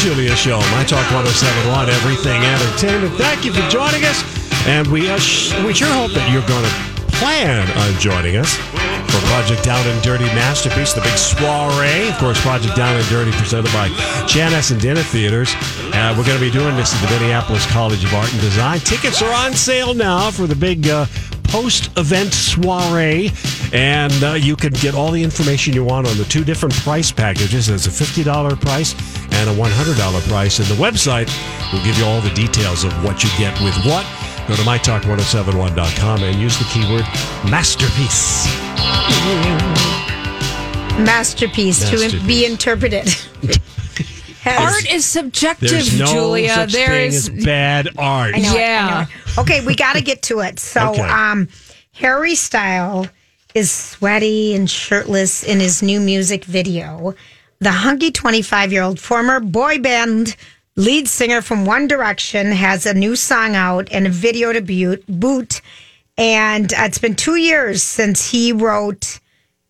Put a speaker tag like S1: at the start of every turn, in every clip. S1: Julia Show, My Talk 107 on everything entertainment. Thank you for joining us, and we uh, sh- we sure hope that you're going to plan on joining us for Project Down and Dirty Masterpiece, the big soiree. Of course, Project Down and Dirty presented by Janice and Dinner Theaters. Uh, we're going to be doing this at the Minneapolis College of Art and Design. Tickets are on sale now for the big. Uh, post event soiree. And uh, you can get all the information you want on the two different price packages. There's a $50 price and a $100 price. And the website will give you all the details of what you get with what. Go to mytalk1071.com and use the keyword masterpiece.
S2: Masterpiece, to
S1: Masterpiece.
S2: be interpreted. Has-
S3: Art is subjective,
S1: There's no
S3: Julia.
S1: such
S3: there
S1: thing
S3: is
S1: as bad art.
S2: I know it, I
S3: Yeah.
S2: know it. Okay, we got to get to it. So,
S1: Okay.
S2: um, Harry Style is sweaty and shirtless in his new music video. The hunky 25 year old former boy band lead singer from One Direction has a new song out and a video to boot. boot. And uh, it's been two years since he wrote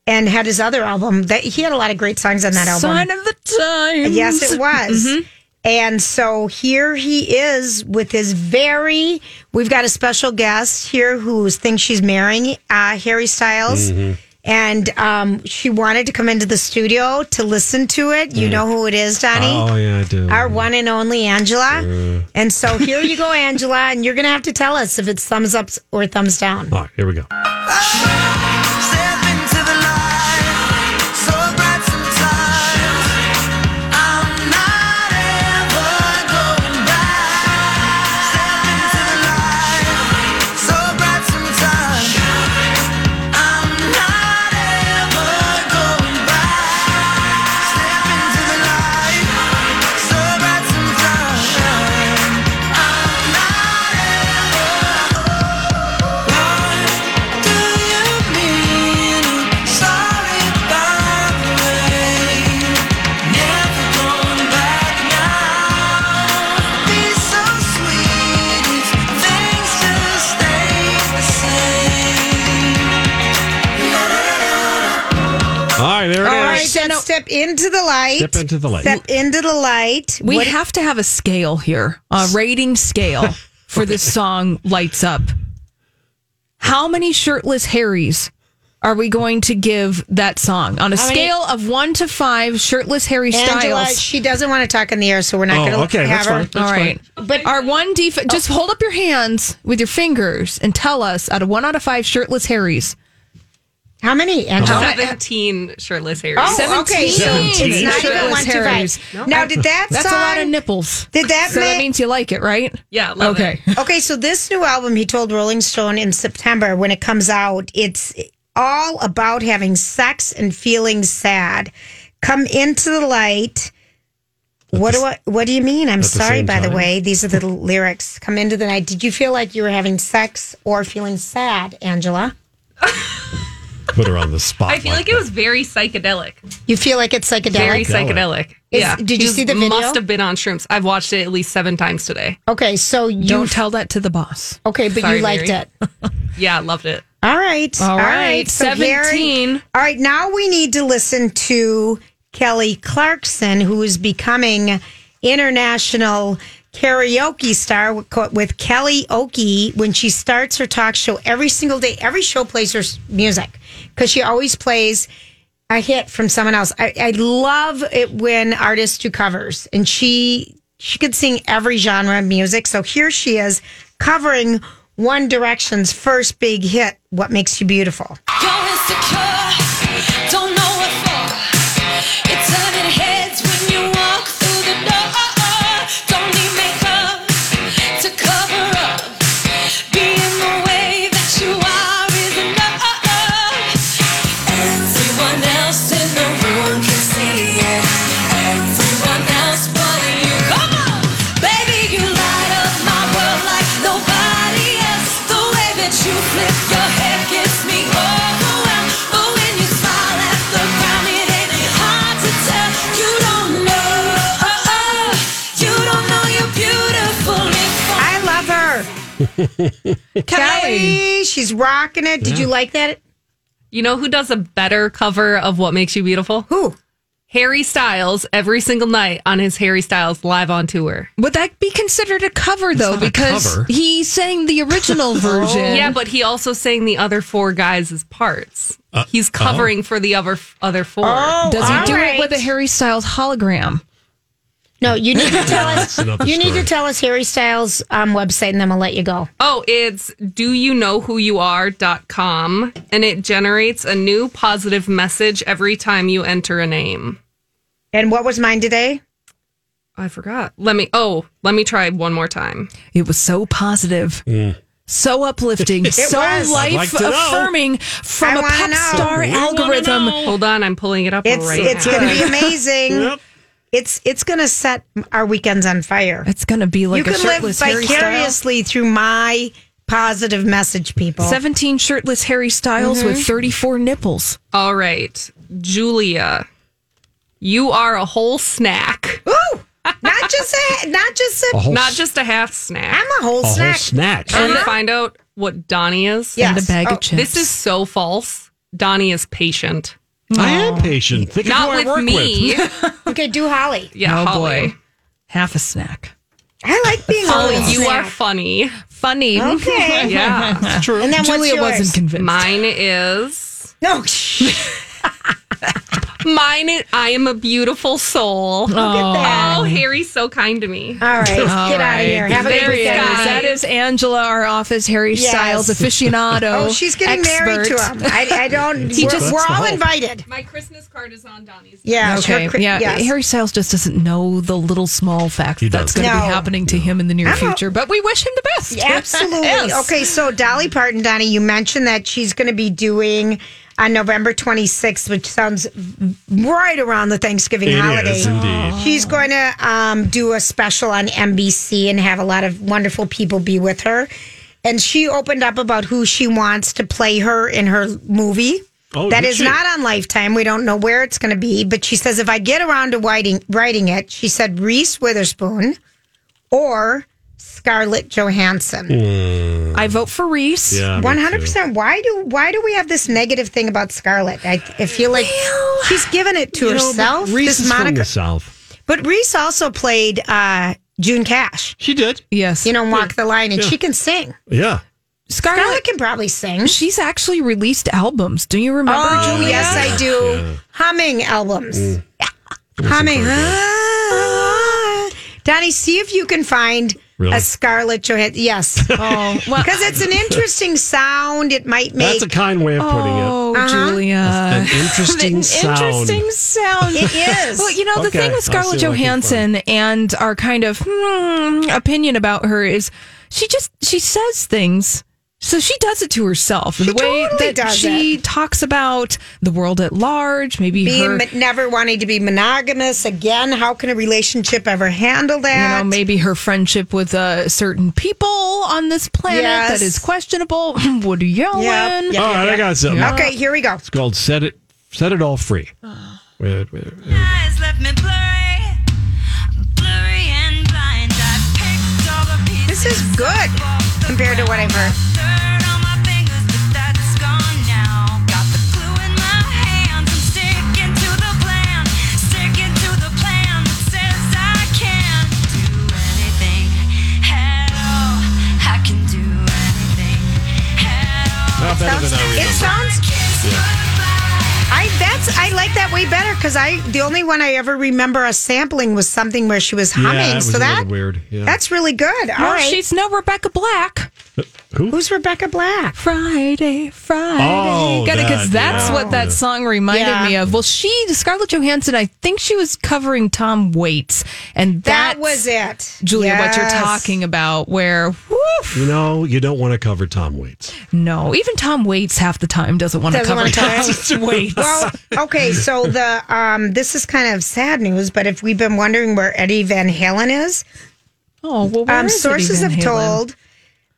S2: and had his other album. That he had a lot of great songs on that album.
S3: sign of the time.
S2: Yes, it was.
S1: Mm-hmm.
S2: And so here he is with his very. We've got a special guest here who thinks she's marrying uh, Harry Styles,
S1: Mm-hmm.
S2: and um, she wanted to come into the studio to listen to it. You know who it is, Donnie.
S1: Mm. Oh, yeah, I do.
S2: Our one and only Angela. And so here you go, Angela, and you're going to have to tell us if it's thumbs up or thumbs down.
S1: all right, here we go.
S4: Step into the light, so bright sometimes. I'm not ever going back. Step into the light, so bright sometimes. I'm not ever going back. Step into the light, so bright sometimes. I'm not ever. Do you mean sorry about the way? Never going back now. Be so sweet if things just stay the same.
S1: All right, there it is.
S2: All right, then step into the light.
S1: Step into the light.
S2: Step into the light.
S3: We
S2: What-
S3: have to have a scale here, a rating scale for this song Lights Up. How many shirtless Harrys are we going to give that song on a
S2: How many-
S3: scale of one to five shirtless Harry
S2: Angela,
S3: Styles?
S2: she doesn't want to talk in the air, so we're not
S1: Oh,
S2: going to
S1: okay,
S2: have
S1: that's
S2: her.
S1: fine. That's
S3: All
S1: fine.
S3: right. But our one def
S2: Oh.
S3: just hold up your hands with your fingers and tell us out of one out of five shirtless Harrys.
S2: How many, Angela?
S5: 17 shirtless hairs.
S2: Oh, okay.
S3: Seventeen.
S2: So It's
S1: Seventeen.
S2: not even
S3: Shirtless
S2: one two
S3: Harrys.
S2: five. Now, did that
S3: That's
S2: song?
S3: a lot of nipples.
S2: Did that
S3: So that
S2: make-
S3: means you like it, right?
S5: Yeah, love
S3: okay.
S2: okay, so this new album he told Rolling Stone in September when it comes out, it's all about having sex and feeling sad. Come into the light. What do I, What do you mean? I'm
S1: the
S2: sorry.
S1: same
S2: By the
S1: time?
S2: way, these are the lyrics. Come into the night. Did you feel like you were having sex or feeling sad, Angela?
S1: Put her on the spot.
S5: I feel like it was very psychedelic.
S2: You feel like it's psychedelic.
S5: Very
S1: Psychedelic.
S5: psychedelic.
S2: Is-
S5: yeah.
S2: did you
S5: He
S2: see the video?
S5: Must have been on shrooms. I've watched it at least seven times today.
S2: okay, so you
S3: Don't tell that to the boss.
S2: okay, but
S5: Sorry,
S2: you liked
S5: Mary.
S2: it.
S5: Yeah, loved it.
S2: All right.
S3: All right,
S2: Gary-
S3: 17.
S2: all right. Now we need to listen to Kelly Clarkson, who is becoming international karaoke star with co- with Kelly Oakey when she starts her talk show every single day. Every show plays her s- music because she always plays a hit from someone else. I, I love it when artists do covers, and she she could sing every genre of music. So here she is covering One Direction's first big hit, "What Makes You Beautiful."
S4: You're insecure, don't know what for. You're turning heads when you walk through the door. Don't need makeup to cover up. Being the way that you are is enough. Everyone else in the room can see it. Everyone else but you. Come on, baby, you light up my world like nobody else. The way that you flip your hair gets me overwhelmed. But when you smile at the crowd, it ain't hard to tell. You don't know, you don't know you're beautiful. If I
S2: I love her, Kelly. She's rocking it. Did you like that?
S5: You know who does a better cover of What Makes You Beautiful?
S2: Who?
S5: Harry Styles every single night on his Harry Styles live on tour.
S3: Would that be considered a cover though?
S1: not a
S3: Because
S1: cover. Oh.
S3: he sang the original
S2: Oh.
S3: version.
S5: Yeah, but he also sang the other four guys' parts. He's covering for the other other four.
S3: Does he
S2: Oh, all
S3: do
S2: right.
S3: it with a Harry Styles hologram?
S2: No, you need to tell us.
S1: That's another
S2: you need
S1: story.
S2: to tell us Harry Styles' um, website, and then we'll let you go.
S5: Oh, it's do you know who you are.com and it generates a new positive message every time you enter a name.
S2: And what was mine today?
S5: I forgot. Let me oh, let me try one more time.
S3: It was so positive. So uplifting, so
S1: Mm.
S2: was.
S1: I'd
S3: life
S1: like to know.
S3: affirming from
S2: I
S3: a
S2: wanna
S3: pop
S2: know.
S3: star
S1: We wanna
S3: algorithm.
S1: know.
S5: Hold on, I'm pulling it up
S2: It's
S5: right
S2: it's
S5: now.
S2: going to be amazing.
S1: Yep.
S2: It's it's going to set our weekends on fire.
S3: It's gonna be like
S2: you
S3: a
S2: can live
S3: shirtless Harry Styles.
S2: vicariously through my positive message, people.
S3: Seventeen shirtless Harry Styles
S1: Mm-hmm.
S3: with thirty-four nipples.
S5: All right. Julia. You are a whole snack.
S2: Ooh, not just a not just a.
S1: A whole,
S5: Not
S1: s-
S5: just a half snack.
S2: Oh, I'm a whole
S1: a whole
S2: snack.
S1: snack.
S5: Trying to find out what Donnie is.
S2: Yes.
S3: And a bag
S2: Oh,
S3: of chips.
S5: This is so false. Donnie is patient.
S1: I am patient. Think
S5: Not
S1: of who I
S5: with
S1: work
S5: me.
S2: Okay, do Holly.
S5: yeah,
S3: Oh,
S5: Holly.
S3: boy. half a snack.
S2: I like being a whole
S5: Oh, you
S2: snack.
S5: are funny.
S3: Funny.
S2: okay.
S5: Yeah.
S1: with. True.
S2: And then what's
S3: Julia
S2: yours?
S3: wasn't convinced.
S5: Mine is
S2: No. shh.
S5: Mine is I am a beautiful soul.
S2: Look at that.
S5: Oh, Harry's so kind to me.
S2: All right, get out of here. Have a good
S5: There he
S2: weekend.
S5: is.
S3: That is Angela, our office Harry
S2: Yes.
S3: Styles aficionado.
S2: Oh, she's getting married to
S3: expert.
S2: him. I, I don't. we're
S1: just-
S2: we're
S1: That's the
S2: all
S1: hope.
S2: invited.
S5: My Christmas card is on Donnie's.
S2: Yeah.
S3: Okay.
S2: sure, cri-
S3: yeah.
S2: yes.
S3: Harry Styles just doesn't know the little small fact
S1: He
S3: that's
S1: doesn't.
S3: going to be
S2: No.
S3: happening to him in the near
S2: I'm a-
S3: future. but we wish him the best.
S2: Absolutely.
S3: Yes.
S2: Okay, so Dolly Parton, Donnie, you mentioned that she's going to be doing on November 26th, which sounds right around the Thanksgiving
S1: It
S2: holiday.
S1: is indeed.
S2: She's going to um, do a special on NBC and have a lot of wonderful people be with her. And she opened up about who she wants to play her in her movie.
S1: Oh,
S2: that
S1: did
S2: is
S1: she?
S2: not on Lifetime. We don't know where it's going to be, but she says if I get around to writing, writing it, she said Reese Witherspoon or Scarlett Johansson.
S3: I vote for Reese.
S1: Yeah, me
S2: One hundred
S1: too.
S2: percent. Why do why do we have this negative thing about Scarlett? I, I feel like she's given it to
S1: You know, but
S2: herself.
S1: Reese
S2: this
S1: is from
S2: moniker,
S1: the South.
S2: but Reese also played uh, June Cash.
S1: She did.
S3: Yes.
S2: You know, Walk the Line, and she can sing.
S1: Yeah.
S3: Scarlett,
S2: Scarlett can probably sing.
S3: she's actually released albums. Do you remember,
S2: Oh
S3: Julia?
S2: yes, I do. Humming albums. Yeah. Humming. Ah. Donnie, see if you can find
S1: Really?
S2: a Scarlett Johansson. Yes, because
S3: Oh, well,
S2: it's an interesting sound. It might make
S1: That's a kind way of putting it.
S2: Uh-huh.
S3: oh
S1: An
S2: uh,
S3: Julia.
S1: interesting sound.
S3: Interesting sound.
S2: it is.
S3: Well, you know, the
S1: Okay,
S3: thing with
S1: I see what I
S3: Scarlett
S1: can
S3: Johansson and our kind of hmm, opinion about her is she just she says things. So she does it to herself. She the way
S2: totally
S3: that
S2: does
S3: she talks about the world at large, maybe her,
S2: being mon- never wanting to be monogamous again. How can a relationship ever handle
S3: you
S2: that?
S3: know, maybe her friendship with uh, certain people on this planet
S2: Yes.
S3: that is questionable. Woody Yellen.
S2: Yep, yep.
S1: All right, I got something.
S2: Okay, Oh. here we go.
S1: It's called "Set It Set It All Free." Wait, wait, wait.
S4: eyes left me blurry, blurry and blind. I picked all the pieces.
S2: This is good compared to what I've heard.
S4: Dirt on my fingers, but that's gone now. Got the glue in my hands. I'm sticking to the plan, sticking to the plan that says I can do anything
S2: sounds.
S1: than I remember.
S2: It sounds. I that's I like that way better because I the only one I ever remember us sampling was something where she was humming.
S1: that was
S2: so
S1: a little
S2: that
S1: weird, yeah.
S2: That's really good. All
S3: Well,
S2: right.
S3: Oh, she's no Rebecca Black.
S2: Who's Rebecca Black?
S3: Friday, Friday.
S1: Oh,
S3: Got it? Because
S1: that,
S3: that's
S1: yeah.
S3: what that song reminded
S2: Yeah.
S3: me of. Well, she, Scarlett Johansson, I think she was covering Tom Waits. And
S2: That
S3: that's,
S2: was it,
S3: Julia, what you're
S2: Yes.
S3: talking about, where, woof,
S1: You know, you don't want to cover Tom Waits.
S3: no, even Tom Waits half the time doesn't want to
S2: Doesn't
S3: cover
S2: wanna cover
S3: Tom Waits.
S2: Well, okay, so the um this is kind of sad news, but if we've been wondering where Eddie Van Halen is,
S3: oh, well, where
S2: um
S3: is it
S2: sources
S3: even,
S2: have
S3: Halen?
S2: told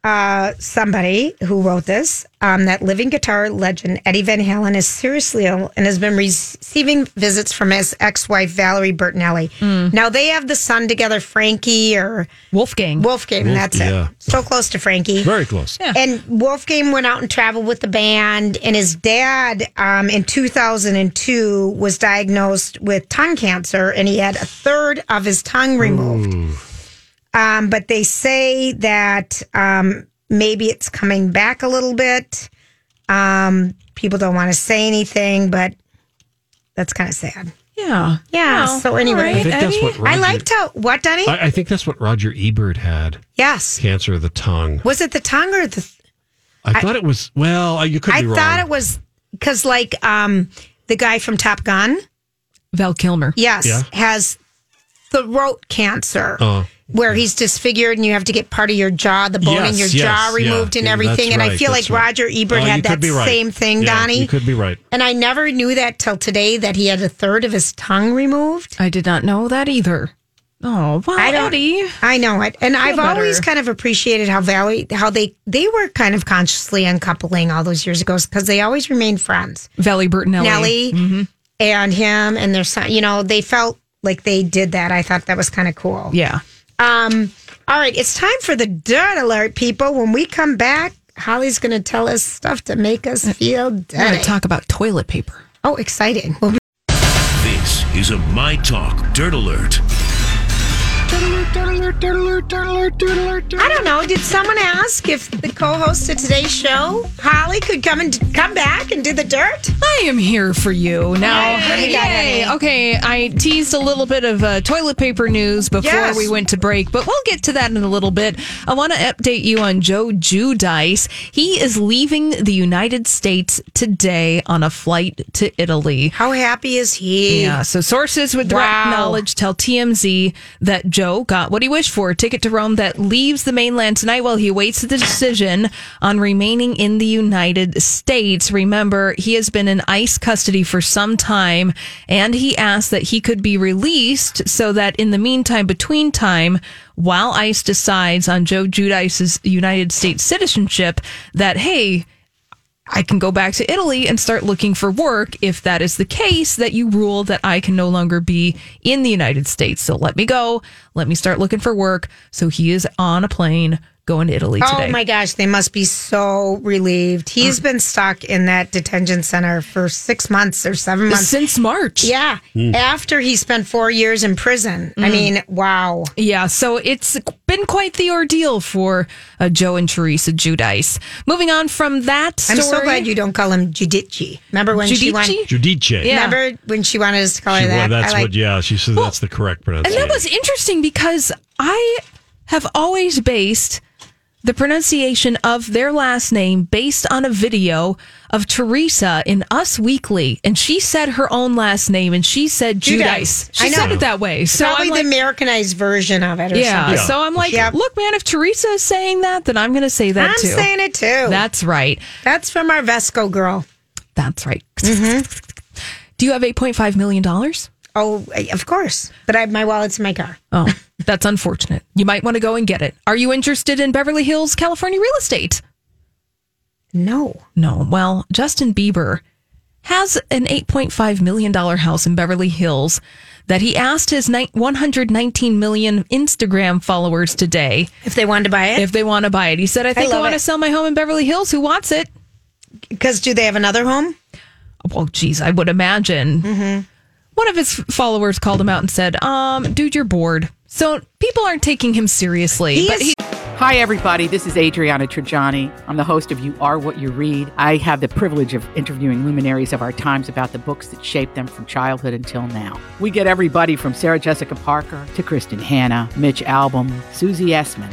S2: uh somebody who wrote this um that living guitar legend Eddie Van Halen is seriously ill and has been receiving visits from his ex-wife Valerie Bertinelli.
S3: Hmm.
S2: Now they have the son together Frankie or
S3: Wolfgang.
S2: Wolfgang, that's
S1: yeah.
S2: it. So close to Frankie.
S1: Very close.
S2: And Wolfgang went out and traveled with the band, and his dad um, in 2002 was diagnosed with tongue cancer, and he had a third of his tongue removed. Um, but they say that um, maybe it's coming back a little bit. Um, people don't want to say anything, but that's kind of sad.
S3: yeah.
S2: Yeah.
S3: Well,
S2: so anyway,
S3: all
S1: I think that's
S3: Eddie?
S1: what Roger,
S2: I liked how what Donnie?
S1: I, I think that's what Roger Ebert had
S2: yes.
S1: cancer of the tongue.
S2: Was it the tongue or the?
S1: I, thought it was. Well, uh, you could
S2: I
S1: be wrong.
S2: thought it was because like um the guy from Top Gun,
S3: Val Kilmer.
S2: yes,
S1: Yeah.
S2: has throat cancer.
S1: Oh.
S2: Where he's disfigured and you have to get part of your jaw, the bone in
S1: Yes,
S2: your
S1: yes,
S2: jaw
S1: yeah.
S2: removed and
S1: Yeah, that's
S2: everything. and I
S1: right,
S2: feel like
S1: that's right.
S2: Roger Ebert
S1: Oh, you
S2: had
S1: could
S2: that
S1: be right.
S2: same thing,
S1: Yeah,
S2: Donnie.
S1: You could be right.
S2: and I never knew that till today that he had a third of his tongue removed.
S3: I did not know that either. Oh, wow,
S2: I don't-
S3: Eddie.
S2: I know it. And I've
S3: better.
S2: always kind of appreciated how Valley how they they were kind of consciously uncoupling all those years ago because they always remained friends.
S3: Valley Bertinelli.
S2: Nelly Mm-hmm. and him and their son. You know, they felt like they did that. I thought that was kind of cool.
S3: Yeah.
S2: Um, all right, it's time for the dirt alert, people. When we come back, Holly's going to tell us stuff to make us feel
S3: We're going
S2: dirty.
S3: to talk about toilet paper.
S2: oh, exciting! We'll be-
S6: This is a My Talk Dirt Alert.
S2: I don't know. Did someone ask if the co-host of today's show, Holly, could come and come back and do the dirt?
S3: I am here for you now.
S2: Yay.
S3: Yay. Okay, I teased a little bit of uh, toilet paper news before
S2: Yes.
S3: we went to break, but we'll get to that in a little bit. I want to update you on Joe Judice. He is leaving the United States today on a flight to Italy.
S2: How happy is he?
S3: Yeah, so sources with direct
S2: Wow.
S3: knowledge tell TMZ that Joe got what he wished for a ticket to Rome that leaves the mainland tonight while he awaits the decision on remaining in the United States. Remember, he has been in ICE custody for some time and he asked that he could be released so that in the meantime, between time, while ICE decides on Joe Judice's United States citizenship, that, hey, I can go back to Italy and start looking for work. If that is the case, that you rule that I can no longer be in the United States. So let me go. Let me start looking for work. So he is on a plane going to Italy today.
S2: Oh my gosh, they must be so relieved. He's been stuck in that detention center for six months or seven months.
S3: Since March.
S2: Yeah.
S1: Hmm.
S2: After he spent four years in prison. I mean, wow.
S3: Yeah, so it's been quite the ordeal for uh, Joe and Teresa Judice. Moving on from that story.
S2: I'm so glad you don't call him Judici. Remember when she wanted
S3: Giudice?
S1: Judice. Yeah.
S2: Remember when she wanted us to call her that?
S1: that's
S2: I like-
S1: what. Yeah, she said that's the correct
S3: And
S1: pronunciation.
S3: that was interesting because I have always based the pronunciation of their last name based on a video of Teresa in Us Weekly, and she said her own last name, and she said
S2: Judice.
S3: Judice. She
S2: I know.
S3: said it that way. So
S2: Probably
S3: I'm
S2: the
S3: like,
S2: Americanized version of it or
S3: yeah.
S2: something.
S3: So I'm like,
S2: Yeah.
S3: look, man, if Teresa is saying that, then I'm going to say that
S2: I'm
S3: too.
S2: saying it too.
S3: That's right.
S2: that's from our Vesco girl.
S3: That's right.
S2: Mm-hmm.
S3: Do you have eight point five million dollars?
S2: Oh, of course. But I, my wallet's in my car.
S3: Oh, that's unfortunate. You might want to go and get it. Are you interested in Beverly Hills, California real estate?
S2: No.
S3: No. Well, Justin Bieber has an $8.5 million house in Beverly Hills that he asked his ni- 119 million Instagram followers today
S2: If they wanted to buy it?
S3: if they want to buy it. He said, I think I,
S2: love
S3: want
S2: it.
S3: to sell my home in Beverly Hills. Who wants it?
S2: Because do they have another home?
S3: Well, geez, I would imagine.
S2: Mm-hmm.
S3: One of his followers called him out and said, um, dude, you're bored. So people aren't taking him seriously.
S2: He is-
S3: but he,
S7: Hi, everybody. This is Adriana Trajani. I'm the host of You Are What You Read. I have the privilege of interviewing luminaries of our times about the books that shaped them from childhood until now. We get everybody from Sarah Jessica Parker to Kristen Hanna, Mitch Albom, Susie Essman,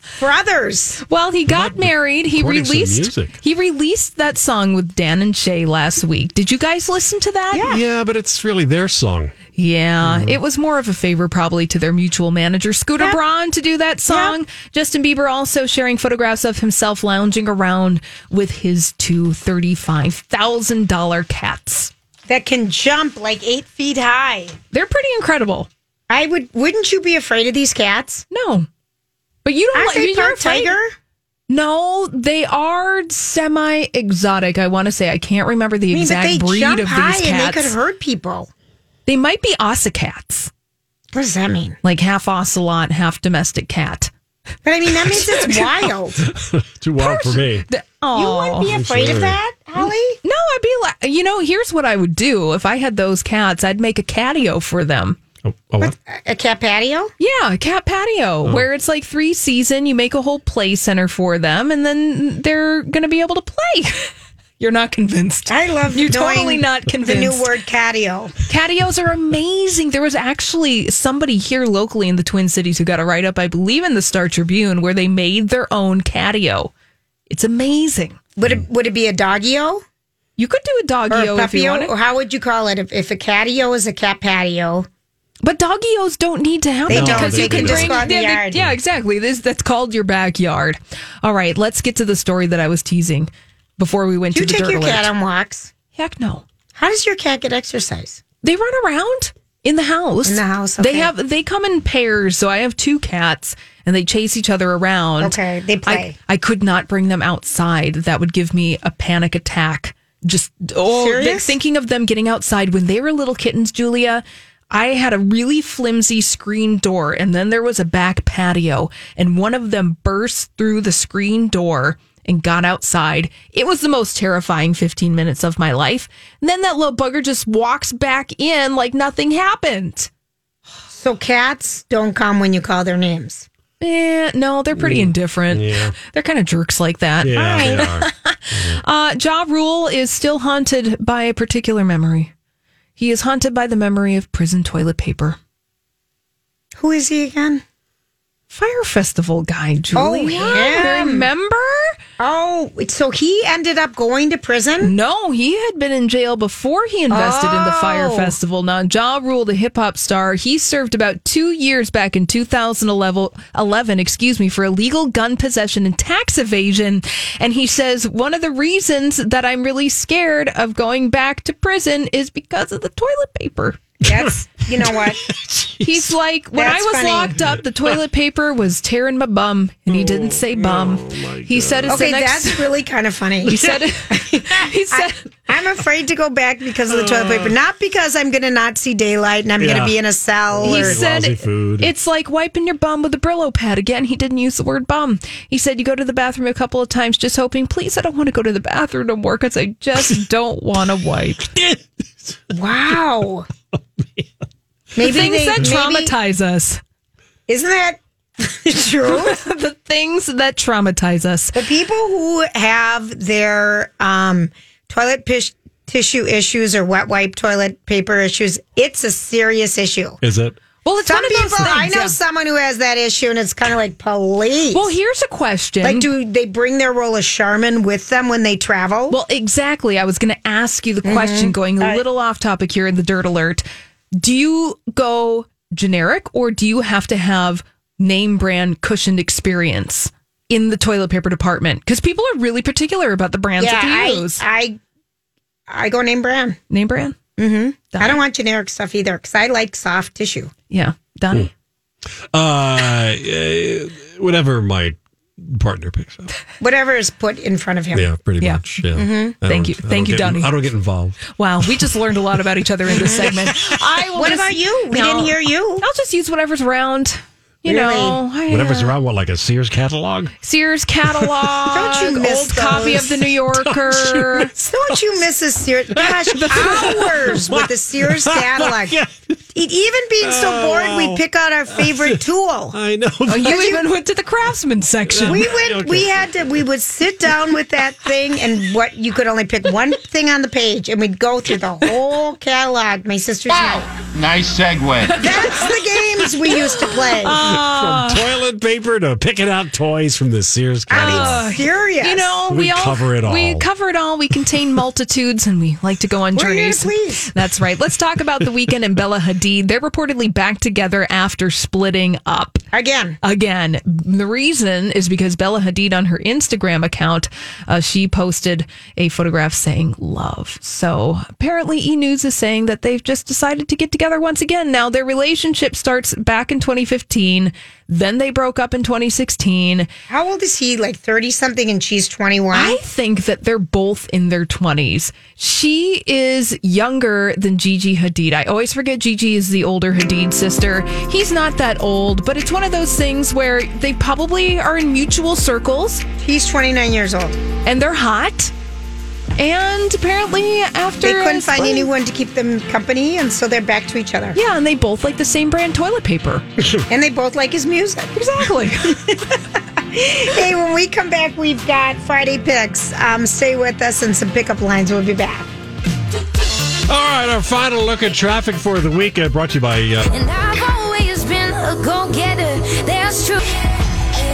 S2: for others.
S3: Well, he got
S1: Not
S3: married. He
S1: recording some
S3: released
S1: music.
S3: he released that song with Dan and Shay last week. Did you guys listen to that?
S2: Yeah.
S1: Yeah, but it's really their song.
S3: Yeah,
S1: Mm-hmm.
S3: it was more of a favor probably to their mutual manager, Scooter Braun, to do that song. Justin Bieber also sharing photographs of himself lounging around with his two $35,000 cats.
S2: That can jump like eight feet high.
S3: They're pretty incredible.
S2: I would. Wouldn't you be afraid of these cats?
S3: No. But you don't
S2: Aren't
S3: like
S2: they
S3: you're
S2: part
S3: afraid-
S2: tiger?
S3: No, they are semi exotic. I want to say I can't remember the
S2: I mean, but
S3: exact
S2: they
S3: breed
S2: jump
S3: of these
S2: high
S3: cats.
S2: and they could hurt people.
S3: They might be ossicats,
S2: What does that mean?
S3: like half ocelot, half domestic cat.
S2: But I mean, that means it's wild.
S1: Too wild for me.
S3: Oh,
S2: You wouldn't be afraid
S1: sorry.
S2: of that, Holly?
S3: no, I'd be like, you know, here's what I would do if I had those cats. I'd make a catio for them.
S1: Oh, oh, what?
S2: A cat patio?
S3: Yeah, a cat patio where it's like three season. You make a whole play center for them, and then they're gonna be able to play. You're not convinced.
S2: I love
S3: You're
S2: knowing
S3: totally not
S2: the
S3: convinced.
S2: new word catio.
S3: Catios are amazing. There was actually somebody here locally in the Twin Cities who got a write up, I believe, in the Star Tribune, where they made their own catio. It's amazing.
S2: Would it would it be a doggio
S3: You could do
S2: or
S3: a
S2: a
S3: doggio if you
S2: puppyo?
S3: wanted,
S2: Or How would you call it if, if a catio is a cat patio?
S3: but doggios don't need to have
S2: They
S3: them
S2: don't.
S3: because
S1: They
S3: you
S1: can
S3: can bring
S1: just
S2: go out in the
S3: yeah, they-
S2: yard.
S3: yeah, exactly. This that's called your backyard. All right, let's get to the story that I was teasing before we went
S2: Do you
S3: to the
S2: take
S3: dirt
S2: your cat
S3: alert.
S2: on walks?
S3: Heck no.
S2: How does your cat get exercise?
S3: They run around in the house.
S2: In the house,
S3: They
S2: okay.
S3: have they come in pairs. So I have two cats and they chase each other around.
S2: Okay, they play.
S3: I, I could not bring them outside. That would give me a panic attack. Just oh,
S2: Serious?
S3: th- thinking of them getting outside when they were little kittens, Julia. I had a really flimsy screen door, and then there was a back patio, and one of them burst through the screen door and got outside. It was the most terrifying 15 minutes of my life. And then that little bugger just walks back in like nothing happened.
S2: So cats don't come when you call their names.
S3: Eh, no, they're pretty indifferent. They're kind of jerks like that.
S1: Mm. Yeah, they are.
S3: Uh, ja Rule is still haunted by a particular memory. He is haunted by the memory of prison toilet paper.
S2: Who is he again?
S3: Fire festival guy, Julia.
S2: him.
S3: Remember?
S2: Oh, so he ended up going to prison?
S3: No, he had been in jail before he invested in the Fire
S2: Oh.
S3: Festival. Now, Ja Rule, the hip hop star, he served about two years back in 2011, 11, excuse me, for illegal gun possession and tax evasion. And he says, one of the reasons that I'm really scared of going back to prison is because of the toilet paper.
S2: That's you know what?
S3: He's like, when I
S2: That's
S3: was
S2: funny.
S3: locked up, the toilet paper was tearing my bum, and he
S2: Oh,
S3: didn't say bum. he said it's
S2: Okay,
S3: the next.
S2: that's really kind of funny.
S3: he said. he said.
S2: I'm afraid to go back because of the toilet paper,
S3: Uh.
S2: not because I'm going to not see daylight and I'm going
S1: Yeah.
S2: to be in a cell.
S3: He
S2: or-
S3: said
S1: lousy food.
S3: it's like wiping your bum with a Brillo pad. Again, he didn't use the word bum. He said you go to the bathroom a couple of times, just hoping, please, I don't want to go to the bathroom no more because I just don't want to wipe.
S2: wow. maybe
S3: Things
S2: they,
S3: that
S2: maybe-
S3: traumatize us.
S2: Isn't that true?
S3: the things that traumatize us.
S2: the people who have their um, toilet pish, tissue issues or wet wipe toilet paper issues, it's a serious issue.
S1: Is it?
S3: Well, it's
S2: some
S3: one of
S2: people.
S3: those things,
S2: I know
S3: yeah.
S2: someone who has that issue, and it's kind of like police.
S3: Well, here's a question.
S2: Like, do they bring their roll of Charmin with them when they travel?
S3: Well, exactly. I was going to ask you the
S2: Mm-hmm.
S3: question going a little off topic here in the dirt alert. Do you go generic or do you have to have name brand cushioned experience in the toilet paper department? Because people are really particular about the brands
S2: yeah,
S3: that they
S2: I,
S3: use.
S2: I, I go name brand.
S3: name brand?
S2: Mm-hmm. I don't want generic stuff either because I like soft tissue.
S3: Yeah.
S1: Hmm.
S3: Donnie?
S1: Uh, eh, whatever my partner picks up.
S2: Whatever is put in front of him.
S1: Yeah, pretty
S3: Yeah.
S1: much. Yeah.
S3: Mhm.
S1: I
S3: Thank
S1: don't-
S3: you.
S1: I don't
S3: Thank you,
S1: get-
S3: Donnie.
S1: I don't get involved.
S3: Wow, we just learned a lot about each other in this segment. I will
S2: What
S3: just-
S2: about you? We
S3: No.
S2: didn't hear you.
S3: I'll just use whatever's around. You
S2: Really?
S3: know, I,
S1: Whatever's
S3: uh,
S1: around, what, like a Sears catalog?
S3: Sears catalog,
S2: Don't you miss
S3: old copy
S2: those?
S3: of the New Yorker.
S2: Don't you miss a Sears? Gosh, hours with the Sears catalog.
S1: Yeah.
S2: It- Even being so bored, we pick out our favorite tool.
S1: I know.
S3: Oh, you even went to the craftsman section.
S2: We would, we had to, we would sit down with that thing, and what you could only pick one thing on the page, and we'd go through the whole catalog. My sister's now.
S8: Nice segue.
S2: That's the games we used to play.
S3: Oh,
S1: From toilet paper to picking out toys from the Sears catalog.
S3: Ah.
S2: I'm serious.
S3: you know, we,
S1: We
S3: all
S1: cover it
S3: We
S1: all.
S3: cover it all. We contain multitudes, and we like to go on
S2: We're here to
S3: journeys.
S2: please.
S3: That's right. Let's talk about the weekend and Bella Hadid. They're reportedly back together after splitting up.
S2: again.
S3: Again, the reason is because Bella Hadid on her Instagram account, uh, she posted a photograph saying love. So apparently, E News is saying that they've just decided to get together once again. Now, their relationship starts back in 2015. Then they broke up in 2016.
S2: How old is he? Like thirty something, and she's twenty one.
S3: I think that they're both in their 20s. She is younger than Gigi Hadid. I always forget Gigi is the older Hadid sister. He's not that old, but it's one of those things where they probably are in mutual circles
S2: He's twenty nine years old.
S3: and they're hot. And apparently, after
S2: They couldn't find
S3: splitting-
S2: anyone to keep them company, and so they're back to each other.
S3: Yeah, and they both like the same brand toilet paper.
S2: And they both like his music.
S3: Exactly.
S2: hey, when we come back, we've got Friday picks. Um, stay with us and some pickup lines. We'll be back.
S1: All right, our final look at traffic for the weekend brought to you by. Uh,
S4: And I've always been a go getter, that's true.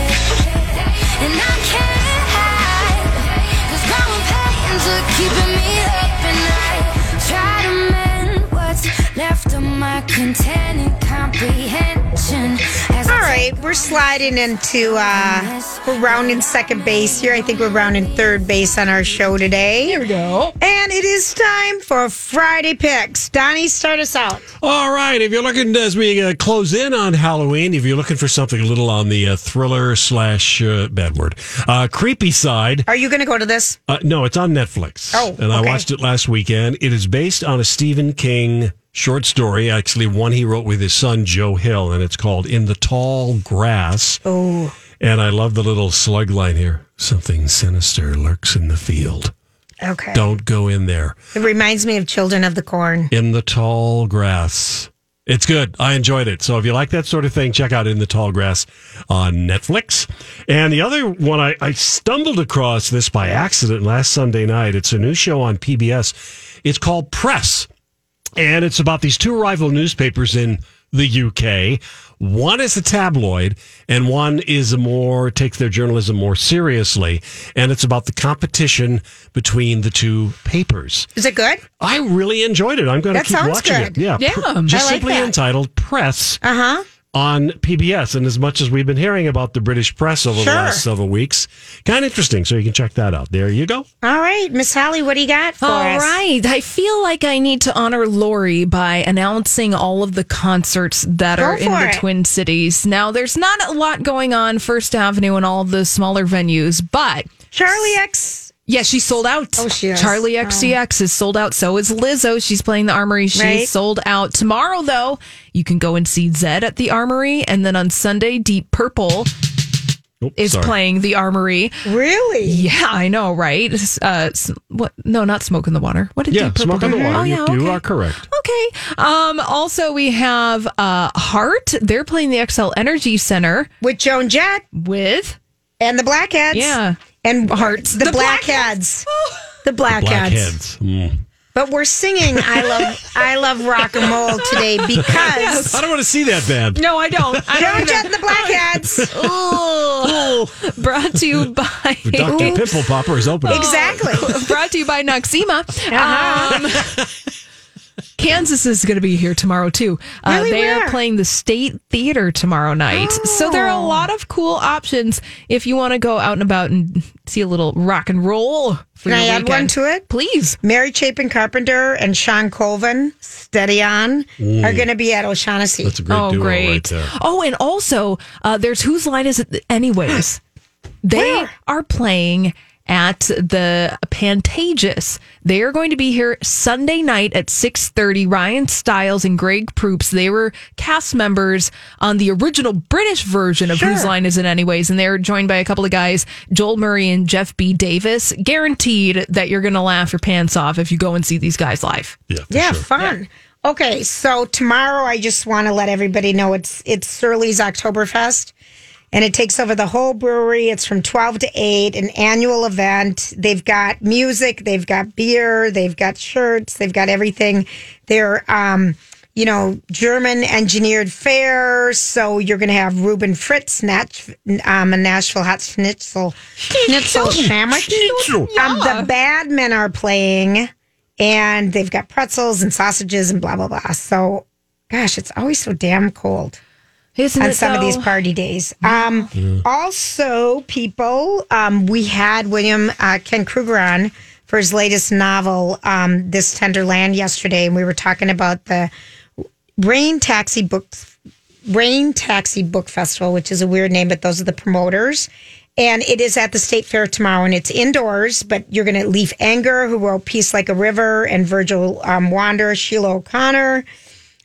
S4: And I can't hide, cause growing pains are keeping me up and I try to mend what's left of my contending comprehension. As
S2: All right, we're sliding into uh, we're rounding second base here. I think we're rounding third base on our show today. Here we go. And it is time for Friday picks. Donnie, start us out.
S1: all right, if you're looking as we uh, close in on Halloween, if you're looking for something a little on the uh, thriller slash uh, bad word, uh, creepy side,
S2: Are you going to go to this?
S1: Uh, no, it's on Netflix.
S2: Oh,
S1: and I
S2: okay.
S1: watched it last weekend. It is based on a Stephen King short story, actually one he wrote with his son Joe Hill, and it's called "In the Tall Grass." Oh, and I love the little slug line here: "Something sinister lurks in the field.
S2: Okay.
S1: Don't go in there.
S2: It reminds me of Children of the Corn.
S1: In the tall grass." It's good. I enjoyed it. So if you like that sort of thing, check out In the Tall Grass on Netflix. And the other one, I, I stumbled across this by accident last Sunday night. It's a new show on PBS. It's called Press. And it's about these two rival newspapers in the UK. One is a tabloid, and one is a more takes their journalism more seriously. And it's about the competition between the two papers.
S2: Is it good?
S1: I really enjoyed it. I'm going to
S2: That
S1: keep
S2: sounds
S1: watching
S2: good.
S1: it. Yeah,
S3: Yeah, I Uh-huh.
S1: just
S2: like
S1: simply
S2: that.
S1: entitled "Press"
S2: Uh huh.
S1: on PBS. And as much as we've been hearing about the British press over
S2: Sure.
S1: the last several weeks, kind of interesting. So you can check that out. There you go.
S2: All right, Miss Holly, what do you got for
S3: All
S2: us?
S3: right. I feel like I need to honor Lori by announcing all of the concerts that
S2: Go
S3: are in
S2: for
S3: the
S2: it.
S3: Twin Cities. Now, there's not a lot going on First Avenue and all of the smaller venues, but
S2: Charlie X.
S3: yeah, she's sold out.
S2: Oh, she is.
S3: Charlie XCX is sold out. So is Lizzo. She's playing the Armory. She's
S2: Right.
S3: sold out. Tomorrow, though, you can go and see Zed at the Armory. And then on Sunday, Deep Purple
S1: Oh,
S3: is
S1: sorry.
S3: playing the Armory.
S2: Really?
S3: Yeah, I know, right? Uh, s- what? No, not Smoke in the Water. What did
S1: Yeah,
S3: Deep Purple
S1: smoke on the
S3: do?
S1: water.
S3: Oh, yeah,
S1: You
S3: okay.
S1: are correct.
S3: Okay. Um, also, we have uh, Heart. They're playing the XL Energy Center
S2: With Joan Jett
S3: with
S2: and the Blackheads.
S3: yeah.
S2: And
S3: Hearts.
S2: The,
S3: The
S2: Blackheads.
S3: Blackheads.
S2: the Blackheads.
S1: Blackheads. Mm.
S2: But we're singing I love I love rock and roll today because
S1: I don't want to see that band.
S3: No, I don't. I
S2: don't Georgia and the Blackheads.
S3: Ooh. Brought to you by
S1: Dr. Pimple Popper is opening.
S2: Exactly. Uh-huh.
S3: Brought to you by Noxema. Um, Kansas is going to be here tomorrow too. Uh,
S2: Really?
S3: they
S2: Where? Oh.
S3: are playing the State Theater tomorrow night, so there are a lot of cool options if you want to go out and about and see a little rock and roll. For
S2: Can I
S3: your
S2: add one
S3: weekend.
S2: to it?
S3: Please.
S2: Mary Chapin Carpenter and Sean Colvin, Steady On, are going to be at O'Shaughnessy.
S1: That's a great
S3: oh,
S1: duo
S3: great.
S1: right there.
S3: Oh, and also, uh, there's Whose Line Is It Anyways? They are playing at the Pantages. They are going to be here Sunday night at 6.30. Ryan Stiles and Greg Proops, they were cast members on the original British version of Whose Line Is It Anyways? And they're joined by a couple of guys, Joel Murray and Jeff B. Davis. Guaranteed that you're going to laugh your pants off if you go and see these guys live.
S1: Yeah, for
S2: yeah,
S1: sure.
S2: fun. Okay, so tomorrow I just want to let everybody know it's it's Surly's Oktoberfest, and it takes over the whole brewery. It's from twelve to eight, an annual event. They've got music, they've got beer, they've got shirts, they've got everything. They're um, you know German engineered fare, so you're going to have Ruben Fritz, Natch, um, a Nashville hot schnitzel, schnitzel sandwich. Um, the bad men are playing and they've got pretzels and sausages and blah blah blah. So, gosh, it's always so damn cold
S3: Isn't
S2: on
S3: it,
S2: some of these
S3: though?
S2: party days. Um, Also, people, um, we had William uh, Ken Kruger on for his latest novel, um, This Tender Land, yesterday, and we were talking about the Rain Taxi Books. Rain Taxi Book Festival, which is a weird name, but those are the promoters. And it is at the State Fair tomorrow, and it's indoors. But you're going to Leaf Anger, who wrote "Peace Like a River," and Virgil um, Wander, Sheila O'Connor,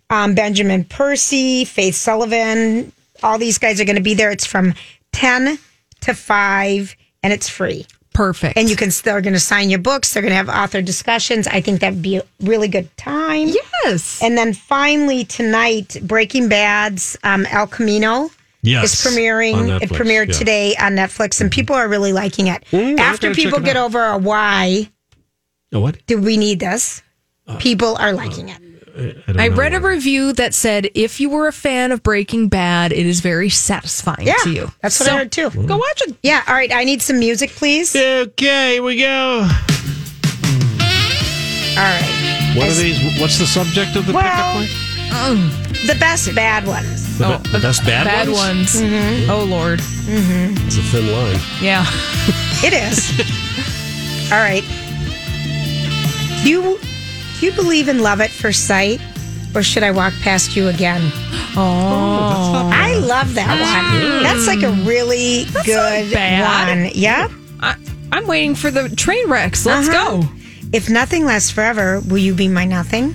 S2: um, Benjamin Percy, Faith Sullivan. All these guys are going to be there. It's from ten to five, and it's free.
S3: Perfect.
S2: And you can they're going to sign your books. They're going to have author discussions. I think that'd be a really good time.
S3: Yes.
S2: And then finally tonight, Breaking Bad's um, El Camino
S1: Yes,
S2: is premiering.
S1: on
S2: it
S1: Netflix,
S2: premiered
S1: yeah. Mm-hmm.
S2: today on Netflix, and people are really liking it.
S1: Mm, I
S2: After
S1: gotta check
S2: people
S1: it
S2: get
S1: out.
S2: over a why
S1: Oh, what?
S2: do we need this,
S1: Uh,
S2: people are liking it.
S1: don't
S3: I
S1: know.
S3: read a review that said if you were a fan of Breaking Bad, it is very satisfying
S2: Yeah,
S3: to you. mm.
S2: that's what I heard too.
S3: Go watch it.
S2: Yeah. All right. I need some music, please. All
S1: Okay, here we go.
S2: right.
S1: What are
S2: Is-
S1: these? What's the subject of the pickup
S2: Well,
S1: line?
S2: The best bad ones.
S1: The, be- the best bad,
S3: Bad
S1: ones?
S3: ones.
S2: Mm-hmm.
S3: Oh Lord,
S1: It's a thin line.
S3: yeah.
S2: It is. all right. Do you do you believe in love at first sight, or should I walk past you again?
S3: Oh, Mm.
S2: I love that one. That's like a really good
S3: bad.
S2: one. Yep.
S3: I, I'm waiting for the train wrecks. Let's
S2: Uh-huh.
S3: go.
S2: If nothing lasts forever, will you be my nothing?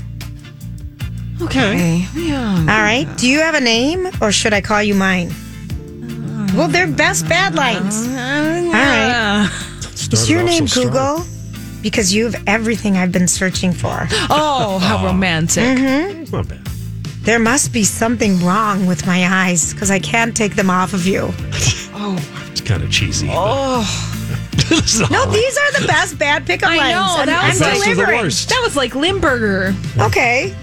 S3: Okay. Yeah.
S2: All right. Do you have a name or should I call you mine? Well, they're best bad lines. All right. Is
S1: Started
S2: your
S1: off
S2: name
S1: so strong.
S2: Google? Because you have everything I've been searching for.
S3: Oh, how romantic.
S2: Mm-hmm.
S1: It's not bad.
S2: There must be something wrong with my eyes because I can't take them off of you.
S1: It's kind of cheesy. Oh. this is
S2: No,
S1: all-
S2: these are the best bad pickup
S3: I
S2: lines.
S3: know.
S2: I'm-
S3: That
S2: I'm
S3: was
S1: Best of the
S2: delivering.
S1: worst.
S3: That was like Limburger.
S2: Okay.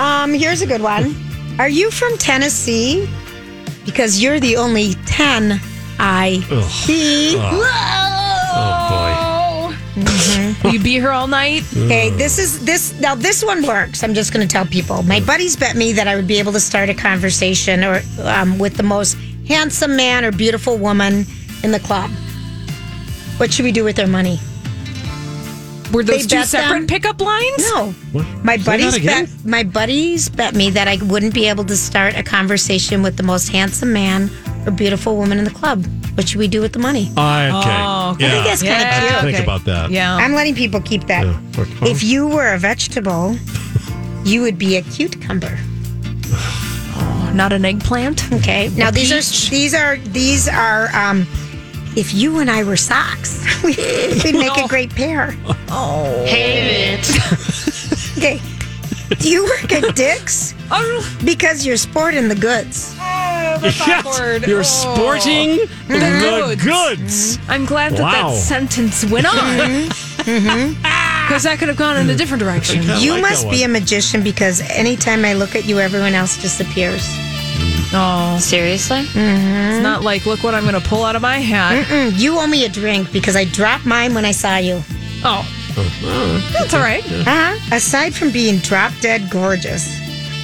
S2: Um, here's a good one. Are you from Tennessee? Because you're the only 10 I
S1: Ugh.
S2: see.
S1: Oh,
S3: Will you be here all night?
S2: Okay, this is this now this one works. I'm just going to tell people. My buddies bet me that I would be able to start a conversation or um, with the most handsome man or beautiful woman in the club. What should we do with their money?
S3: Were those
S2: They
S3: two
S2: bet
S3: separate
S2: them?
S3: pickup lines?
S2: No.
S1: What?
S2: My
S1: Say that
S2: buddies
S1: again?
S2: bet my buddies bet me that I wouldn't be able to start a conversation with the most handsome man or beautiful woman in the club. What should we do with the money?
S1: boy. I, Ah, okay. yeah.
S2: think that's kinda
S3: Yeah,
S2: cute.
S1: Think
S3: okay.
S1: about that.
S3: Yeah.
S2: I'm letting people keep that.
S1: Yeah.
S2: If you were a vegetable, you would be a cucumber.
S3: Not an eggplant.
S2: Okay. Now these are these are these are um if you and I were socks, we'd make a great pair. Oh. Hate it. okay. Do you work at Dick's?
S3: Oh,
S2: Because you're sporting the goods.
S3: that's awkward.
S1: You're
S3: Oh.
S1: sporting the goods.
S3: I'm glad that
S1: Wow. Mm-hmm.
S3: that sentence went on. Because that could have gone in a different direction.
S2: You must be a magician because anytime I look at you, everyone else disappears.
S3: Oh. Mm-hmm.
S2: Seriously?
S3: It's not like, look what I'm going to pull out of my hat.
S2: Mm-mm. You owe me a drink because I dropped mine when I saw you.
S3: Oh. That's all right.
S2: Uh-huh. Aside from being drop dead gorgeous,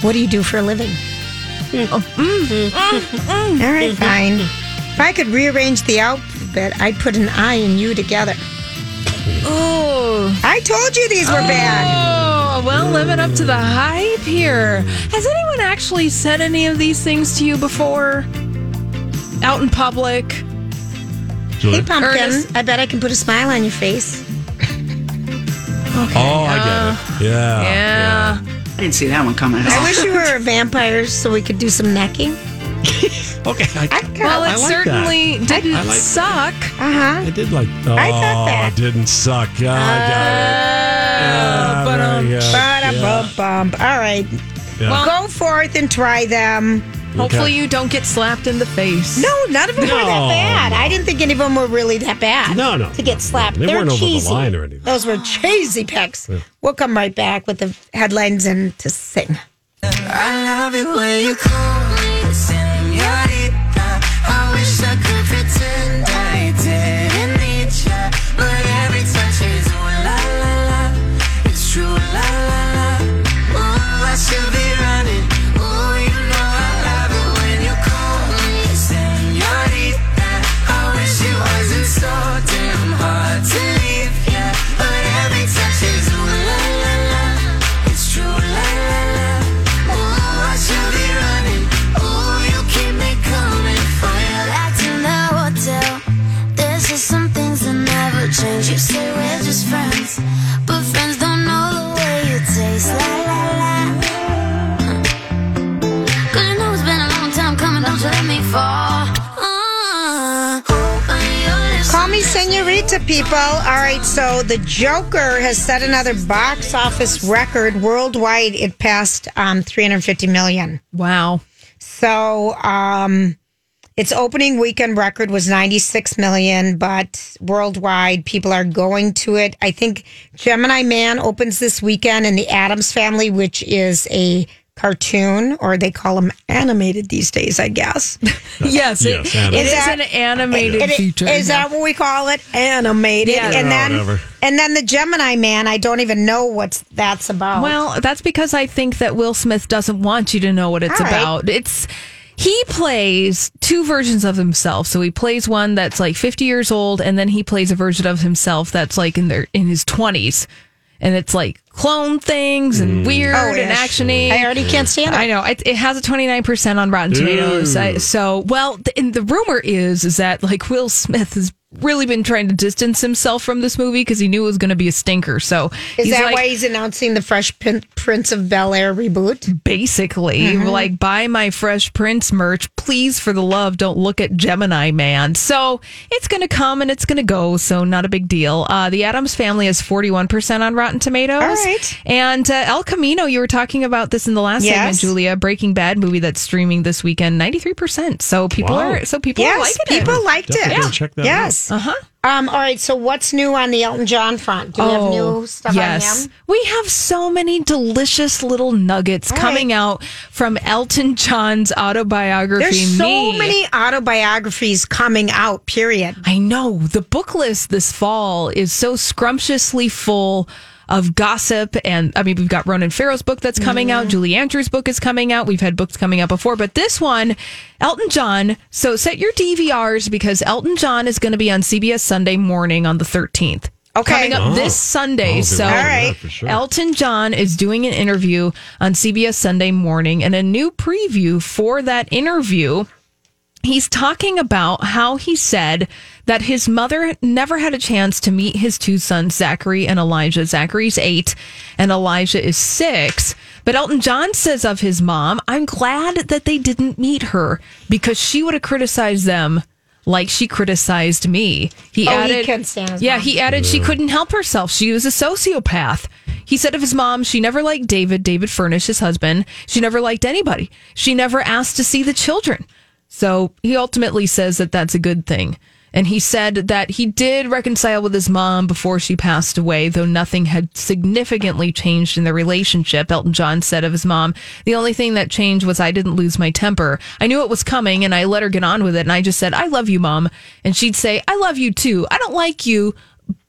S2: what do you do for a living? Hmm. Oh. All right, fine. If I could rearrange the alphabet, I'd put an I and you together.
S3: Oh.
S2: I told you these were bad.
S3: Oh, well, living up to the hype here. Has anyone actually said any of these things to you before? Out in public?
S2: Mm-hmm. Hey, pumpkin.
S3: Ernest.
S2: Oh. I bet I can put a smile on your face.
S1: oh, I
S2: Uh,
S1: get it. Yeah.
S7: I
S3: Yeah.
S7: didn't see that one coming at
S2: I
S7: all.
S2: wish you were a vampire so we could do some necking.
S1: Okay. I,
S3: Well, it
S1: I like that.
S3: certainly didn't
S1: I like-
S3: suck.
S2: Uh huh.
S1: I did like. Oh,
S2: I thought that. Uh,
S1: it didn't suck. Yeah, I got it. Yeah,
S2: Oh,
S3: but, um,
S1: there you go.
S2: Bada bump bump. All right.
S1: Yeah.
S2: Go forth and try them.
S3: Hopefully, you don't get slapped in the face.
S2: No, none of them were
S1: No.
S2: that bad. I didn't think any of them were really that bad.
S1: No, no.
S2: To get slapped.
S1: They
S2: are
S1: weren't over the
S2: cheesy.
S1: line or anything.
S2: Those were cheesy picks. We'll come right back with the headlines and to sing.
S4: I love it when you call me senorita. I wish I could pretend I didn't need ya, but every touch is ooh la la la. It's true la la la. Ooh, I should be running. Ooh, you know I love it when you call me senorita. I wish it wasn't so damn hard to leave ya, but every touch is ooh la la la. It's true la la la. Ooh, I should be running. Ooh, you keep me coming for you. Back to the hotel. There's just some things that never change. You say we're just friends, but friends don't know the way you taste. La la la. Cause I know it's been a long time coming. Don't you let me fall. Uh, open your lips.
S2: Call me senorita, people. All right, so the Joker has set another box office record worldwide. It passed um, 350 million.
S3: Wow.
S2: So um, its opening weekend record was 96 million, but worldwide people are going to it. I think Gemini Man opens this weekend, and the Adams Family, which is a cartoon, or they call them animated these days, I guess.
S3: Yes, it,
S1: Yes, animated.
S3: it is
S2: Is
S3: an
S2: that-
S3: animated
S2: It- it-
S3: feature.
S2: Is that what we call it? Animated.
S3: Yeah.
S2: And
S1: Yeah,
S2: then
S1: whatever.
S2: and then the Gemini Man, I don't even know what that's about.
S3: Well, that's because I think that Will Smith doesn't want you to know what it's
S2: All right.
S3: about. It's he plays two versions of himself. So he plays one that's like 50 years old and then he plays a version of himself that's like in their in his 20s. And it's like clone things and weird
S2: Oh,
S3: and
S2: ish.
S3: actiony.
S2: I already can't stand it.
S3: I know it, it has a 29% on Rotten Tomatoes. I, so, well, th- and the rumor is is that like Will Smith has really been trying to distance himself from this movie because he knew it was going to be a stinker. So,
S2: Is
S3: he's
S2: that
S3: like,
S2: why he's announcing the Fresh Pin- Prince of Bel Air reboot?
S3: basically
S2: Mm-hmm.
S3: like buy my fresh prince merch please for the love don't look at gemini man so it's gonna come and it's gonna go so not a big deal uh, the adams family is 41% on rotten tomatoes
S2: All right.
S3: and uh, el camino you were talking about this in the last
S2: Yes.
S3: segment julia breaking bad movie that's streaming this weekend 93% so people
S1: Wow.
S3: are so people are
S2: Yes,
S3: liking
S2: people
S3: it
S2: liked it.
S1: Definitely gonna check that
S2: yes.
S3: uh-huh
S2: Um, all right. So what's new on the Elton John front? Do we
S3: Oh,
S2: have new stuff on him?
S3: We have so many delicious little nuggets
S2: All
S3: coming
S2: right.
S3: out from Elton John's autobiography.
S2: There's so
S3: Me.
S2: many autobiographies coming out. Period.
S3: I know the book list this fall is so scrumptiously full of gossip and I mean we've got Ronan Farrow's book that's coming out, Julie Andrews' book is coming out. We've had books coming out before, but this one, Elton John. So set your DVRs because Elton John is going to be on CBS Sunday morning on the 13th.
S2: Okay.
S3: Coming up this Sunday.
S1: Oh. I'll be
S3: so
S1: watching that
S2: right.
S1: for sure.
S3: Elton John is doing an interview on CBS Sunday morning, and a new preview for that interview. He's talking about how he said that his mother never had a chance to meet his two sons, Zachary and Elijah. Zachary's eight and Elijah is six. But Elton John says of his mom, I'm glad that they didn't meet her because she would have criticized them like she criticized me. He
S2: Oh, he
S3: added,
S2: can't stand his
S3: Yeah,
S2: mom.
S3: he added she couldn't help herself. She was a sociopath. He said of his mom, she never liked David, David Furnish, his husband. She never liked anybody. She never asked to see the children. So he ultimately says that that's a good thing. And he said that he did reconcile with his mom before she passed away, though nothing had significantly changed in their relationship. Elton John said of his mom, The only thing that changed was I didn't lose my temper. I knew it was coming and I let her get on with it. And I just said, I love you, mom. And she'd say, I love you too. I don't like you,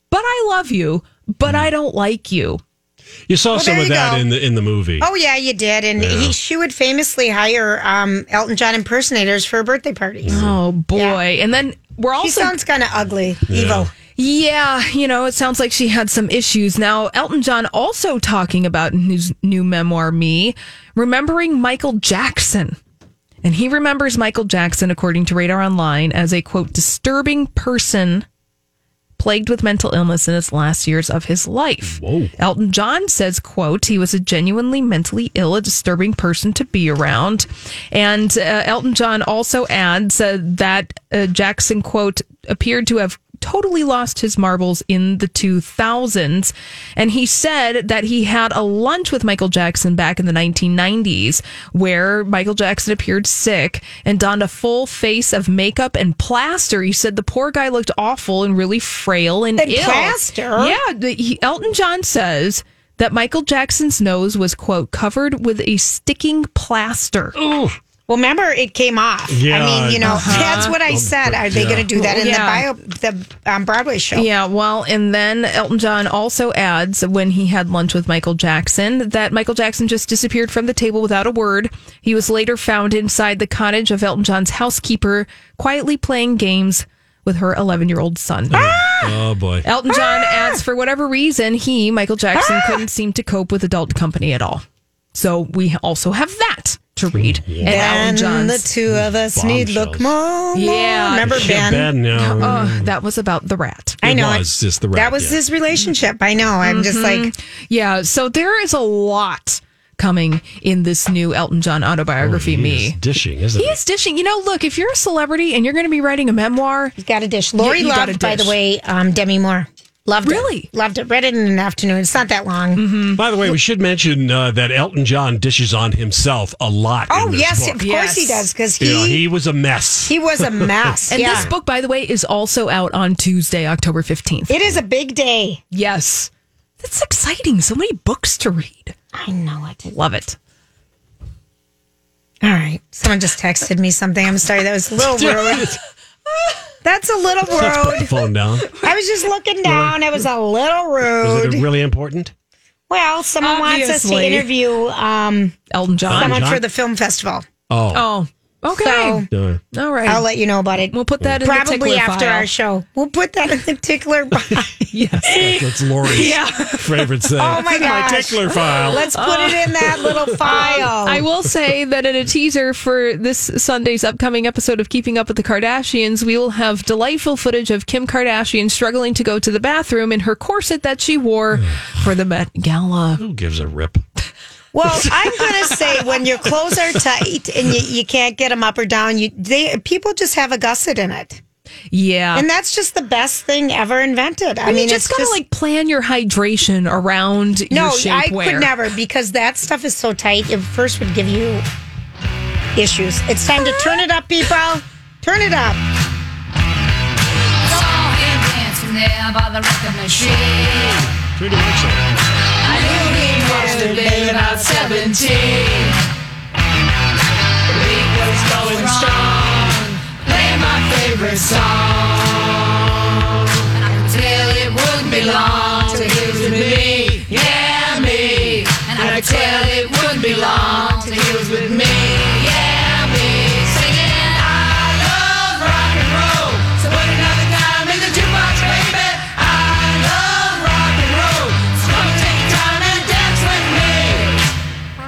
S3: but I love you, but I don't like you.
S1: You saw
S2: Well,
S1: some
S2: there
S1: of
S2: you
S1: that
S2: go.
S1: in the in the movie.
S2: Oh yeah, you did, and
S1: Yeah.
S2: he, she would famously hire um, Elton John impersonators for her birthday parties.
S3: Oh boy! And then we're
S2: She
S3: also-
S2: sounds kind of ugly, evil.
S3: Yeah, you know, it sounds like she had some issues. Now, Elton John also talking about in his new memoir, Me, remembering Michael Jackson. And he remembers Michael Jackson, according to Radar Online, as a quote, disturbing person plagued with mental illness in its last years of his life. Elton John says, quote, he was a genuinely mentally ill, a disturbing person to be around. And uh, Elton John also adds uh, that uh, Jackson, quote, appeared to have totally lost his marbles in the 2000s. And he said that he had a lunch with Michael Jackson back in the 1990s where Michael Jackson appeared sick and donned a full face of makeup and plaster. He said the poor guy looked awful and really frail and,
S2: And
S3: ill.
S2: plaster?
S3: Yeah. the- he- Elton John says that Michael Jackson's nose was, quote, covered with a sticking plaster.
S2: Well, remember it came off.
S3: Yeah,
S2: I mean, you know,
S3: uh-huh.
S2: that's what I said. Are they
S3: Yeah.
S2: going to do that in the bio,
S3: Yeah.
S2: the um, Broadway show?
S3: Yeah, well, and then Elton John also adds when he had lunch with Michael Jackson that Michael Jackson just disappeared from the table without a word. He was later found inside the cottage of Elton John's housekeeper, quietly playing games with her 11 year old son.
S1: Oh boy.
S3: Elton John
S2: Ah!
S3: adds for whatever reason, he, Michael Jackson, couldn't seem to cope with adult company at all. So we also have that to read. And Elton
S2: And
S3: John's.
S2: the two of us need look more.
S3: yeah.
S2: remember Ben?
S1: no.
S3: Oh, that was about the rat.
S2: I know.
S1: was just the
S2: that
S1: rat,
S2: was
S1: yeah.
S2: his relationship. I know. I'm just
S3: Mhm.
S2: like,
S3: yeah. So there is a lot coming in this new Elton John
S2: Oh,
S3: autobiography.
S1: It's
S3: me.
S1: dishing, isn't
S3: He
S1: it?
S3: is dishing. You know, look, if you're a celebrity and you're going to be writing a memoir, you
S2: got to dish. Lori
S3: you gotta
S2: loved, by the
S3: dish.
S2: way, um, Demi Moore. Loved really? Mm-hmm. it. Really? Loved it. Read it in an afternoon. It's not that long.
S1: By the way, we should mention uh, that Elton John dishes on himself a lot. in
S2: Oh,
S1: this
S2: yes,
S1: book.
S2: of course he does, 'cause
S1: You know,
S2: he-
S1: he was a mess.
S2: He was a mess.
S3: And
S2: yeah.
S3: this book, by the way, is also out on Tuesday, October 15th.
S2: It is a big day.
S3: Yes. That's exciting. So many books to read.
S2: I know it.
S3: Love it.
S2: All right. Someone just texted me something. I'm sorry. That was a little rude. That's a little
S1: Let's put the
S2: rude.
S1: phone down.
S2: I was just looking down. It was a little
S1: Was
S2: rude.
S1: it really important?
S2: Well, someone wants us to
S3: Obviously.
S2: interview um,
S3: Elton John.
S2: someone
S1: John?
S2: for the film festival.
S1: Oh.
S3: Oh, okay.
S2: So
S1: Uh,
S3: All right.
S2: I'll let you know about it.
S3: We'll put that in the
S2: Probably
S3: tickler
S2: after
S3: file.
S2: our show. We'll put that in the tickler. file.
S1: That's, that's Lori's favorite thing.
S2: Oh, my
S1: My
S2: gosh.
S1: tickler file.
S2: Let's put it in that little file.
S3: I will say that in a teaser for this Sunday's upcoming episode of Keeping Up with the Kardashians, we will have delightful footage of Kim Kardashian struggling to go to the bathroom in her corset that she wore for the Met Gala.
S1: Who gives a rip?
S2: Well, I'm going to say when your clothes are tight and you, you can't get them up or down, you they people just have a gusset in it.
S3: Yeah.
S2: And that's just the best thing ever invented. I
S3: I
S2: mean,
S3: mean, you
S2: it's
S3: just gotta
S2: just,
S3: like plan your hydration around
S2: no,
S3: your shapewear.
S2: I could never because that stuff is so tight. It first would give you issues. It's time to turn it up, people. Turn it up.
S4: Saw him dancing there by the record machine.
S1: Pretty much so.
S4: I knew he must have been about 17. He was going strong, playing my favorite song. And I could tell it wouldn't be long till he was with me, yeah, me. And I could tell it wouldn't be long till he was with me, yeah, me. Singing, I love rock and roll. So put another dime in the jukebox, baby. I love rock and roll. So come take your time and dance with me.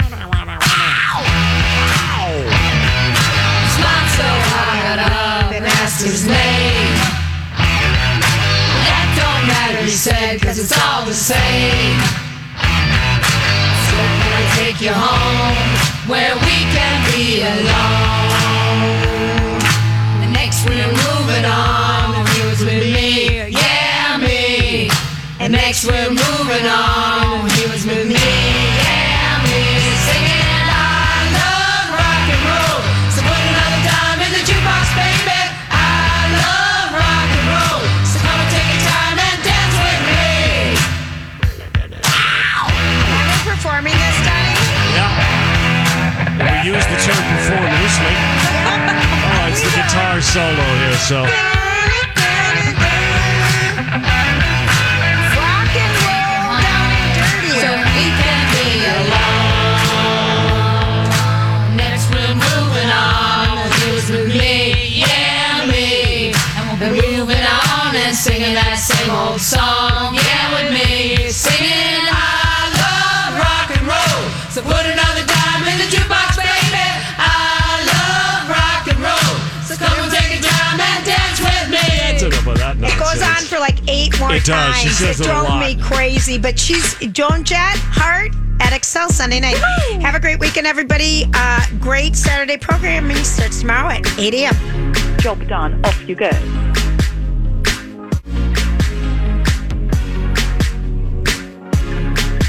S4: Smiled so hard, got up and asked his name. That don't matter, he said, cause it's all the same. So can I take you home where we can be alone? And next we're moving on, and he was with me, yeah, me. And next we're moving on, and he was with me, yeah, me. Singing, I love rock and roll. So put another dime in the jukebox, baby. I love rock and
S1: use the term perform loosely. Oh, it's the guitar solo here, so.
S4: So we can be alone. Next, we're moving on. Who's with me? Yeah, me. And we'll be moving on and singing that same old song. Yeah, with me. Singing, I love rock and roll. So put another dime in the jukebox, baby. I love rock and roll. So come and take a dime and dance with me.
S1: That's enough of that
S2: It goes on
S1: nonsense.
S2: for like eight more
S1: It does.
S2: times.
S1: She says
S2: it
S1: it a
S2: drove
S1: lot.
S2: me crazy. But she's Joan Jett Hart at Excel Sunday night. Have a great weekend, everybody. Uh, great Saturday programming starts tomorrow at 8 a.m.
S8: Job done. Off you go.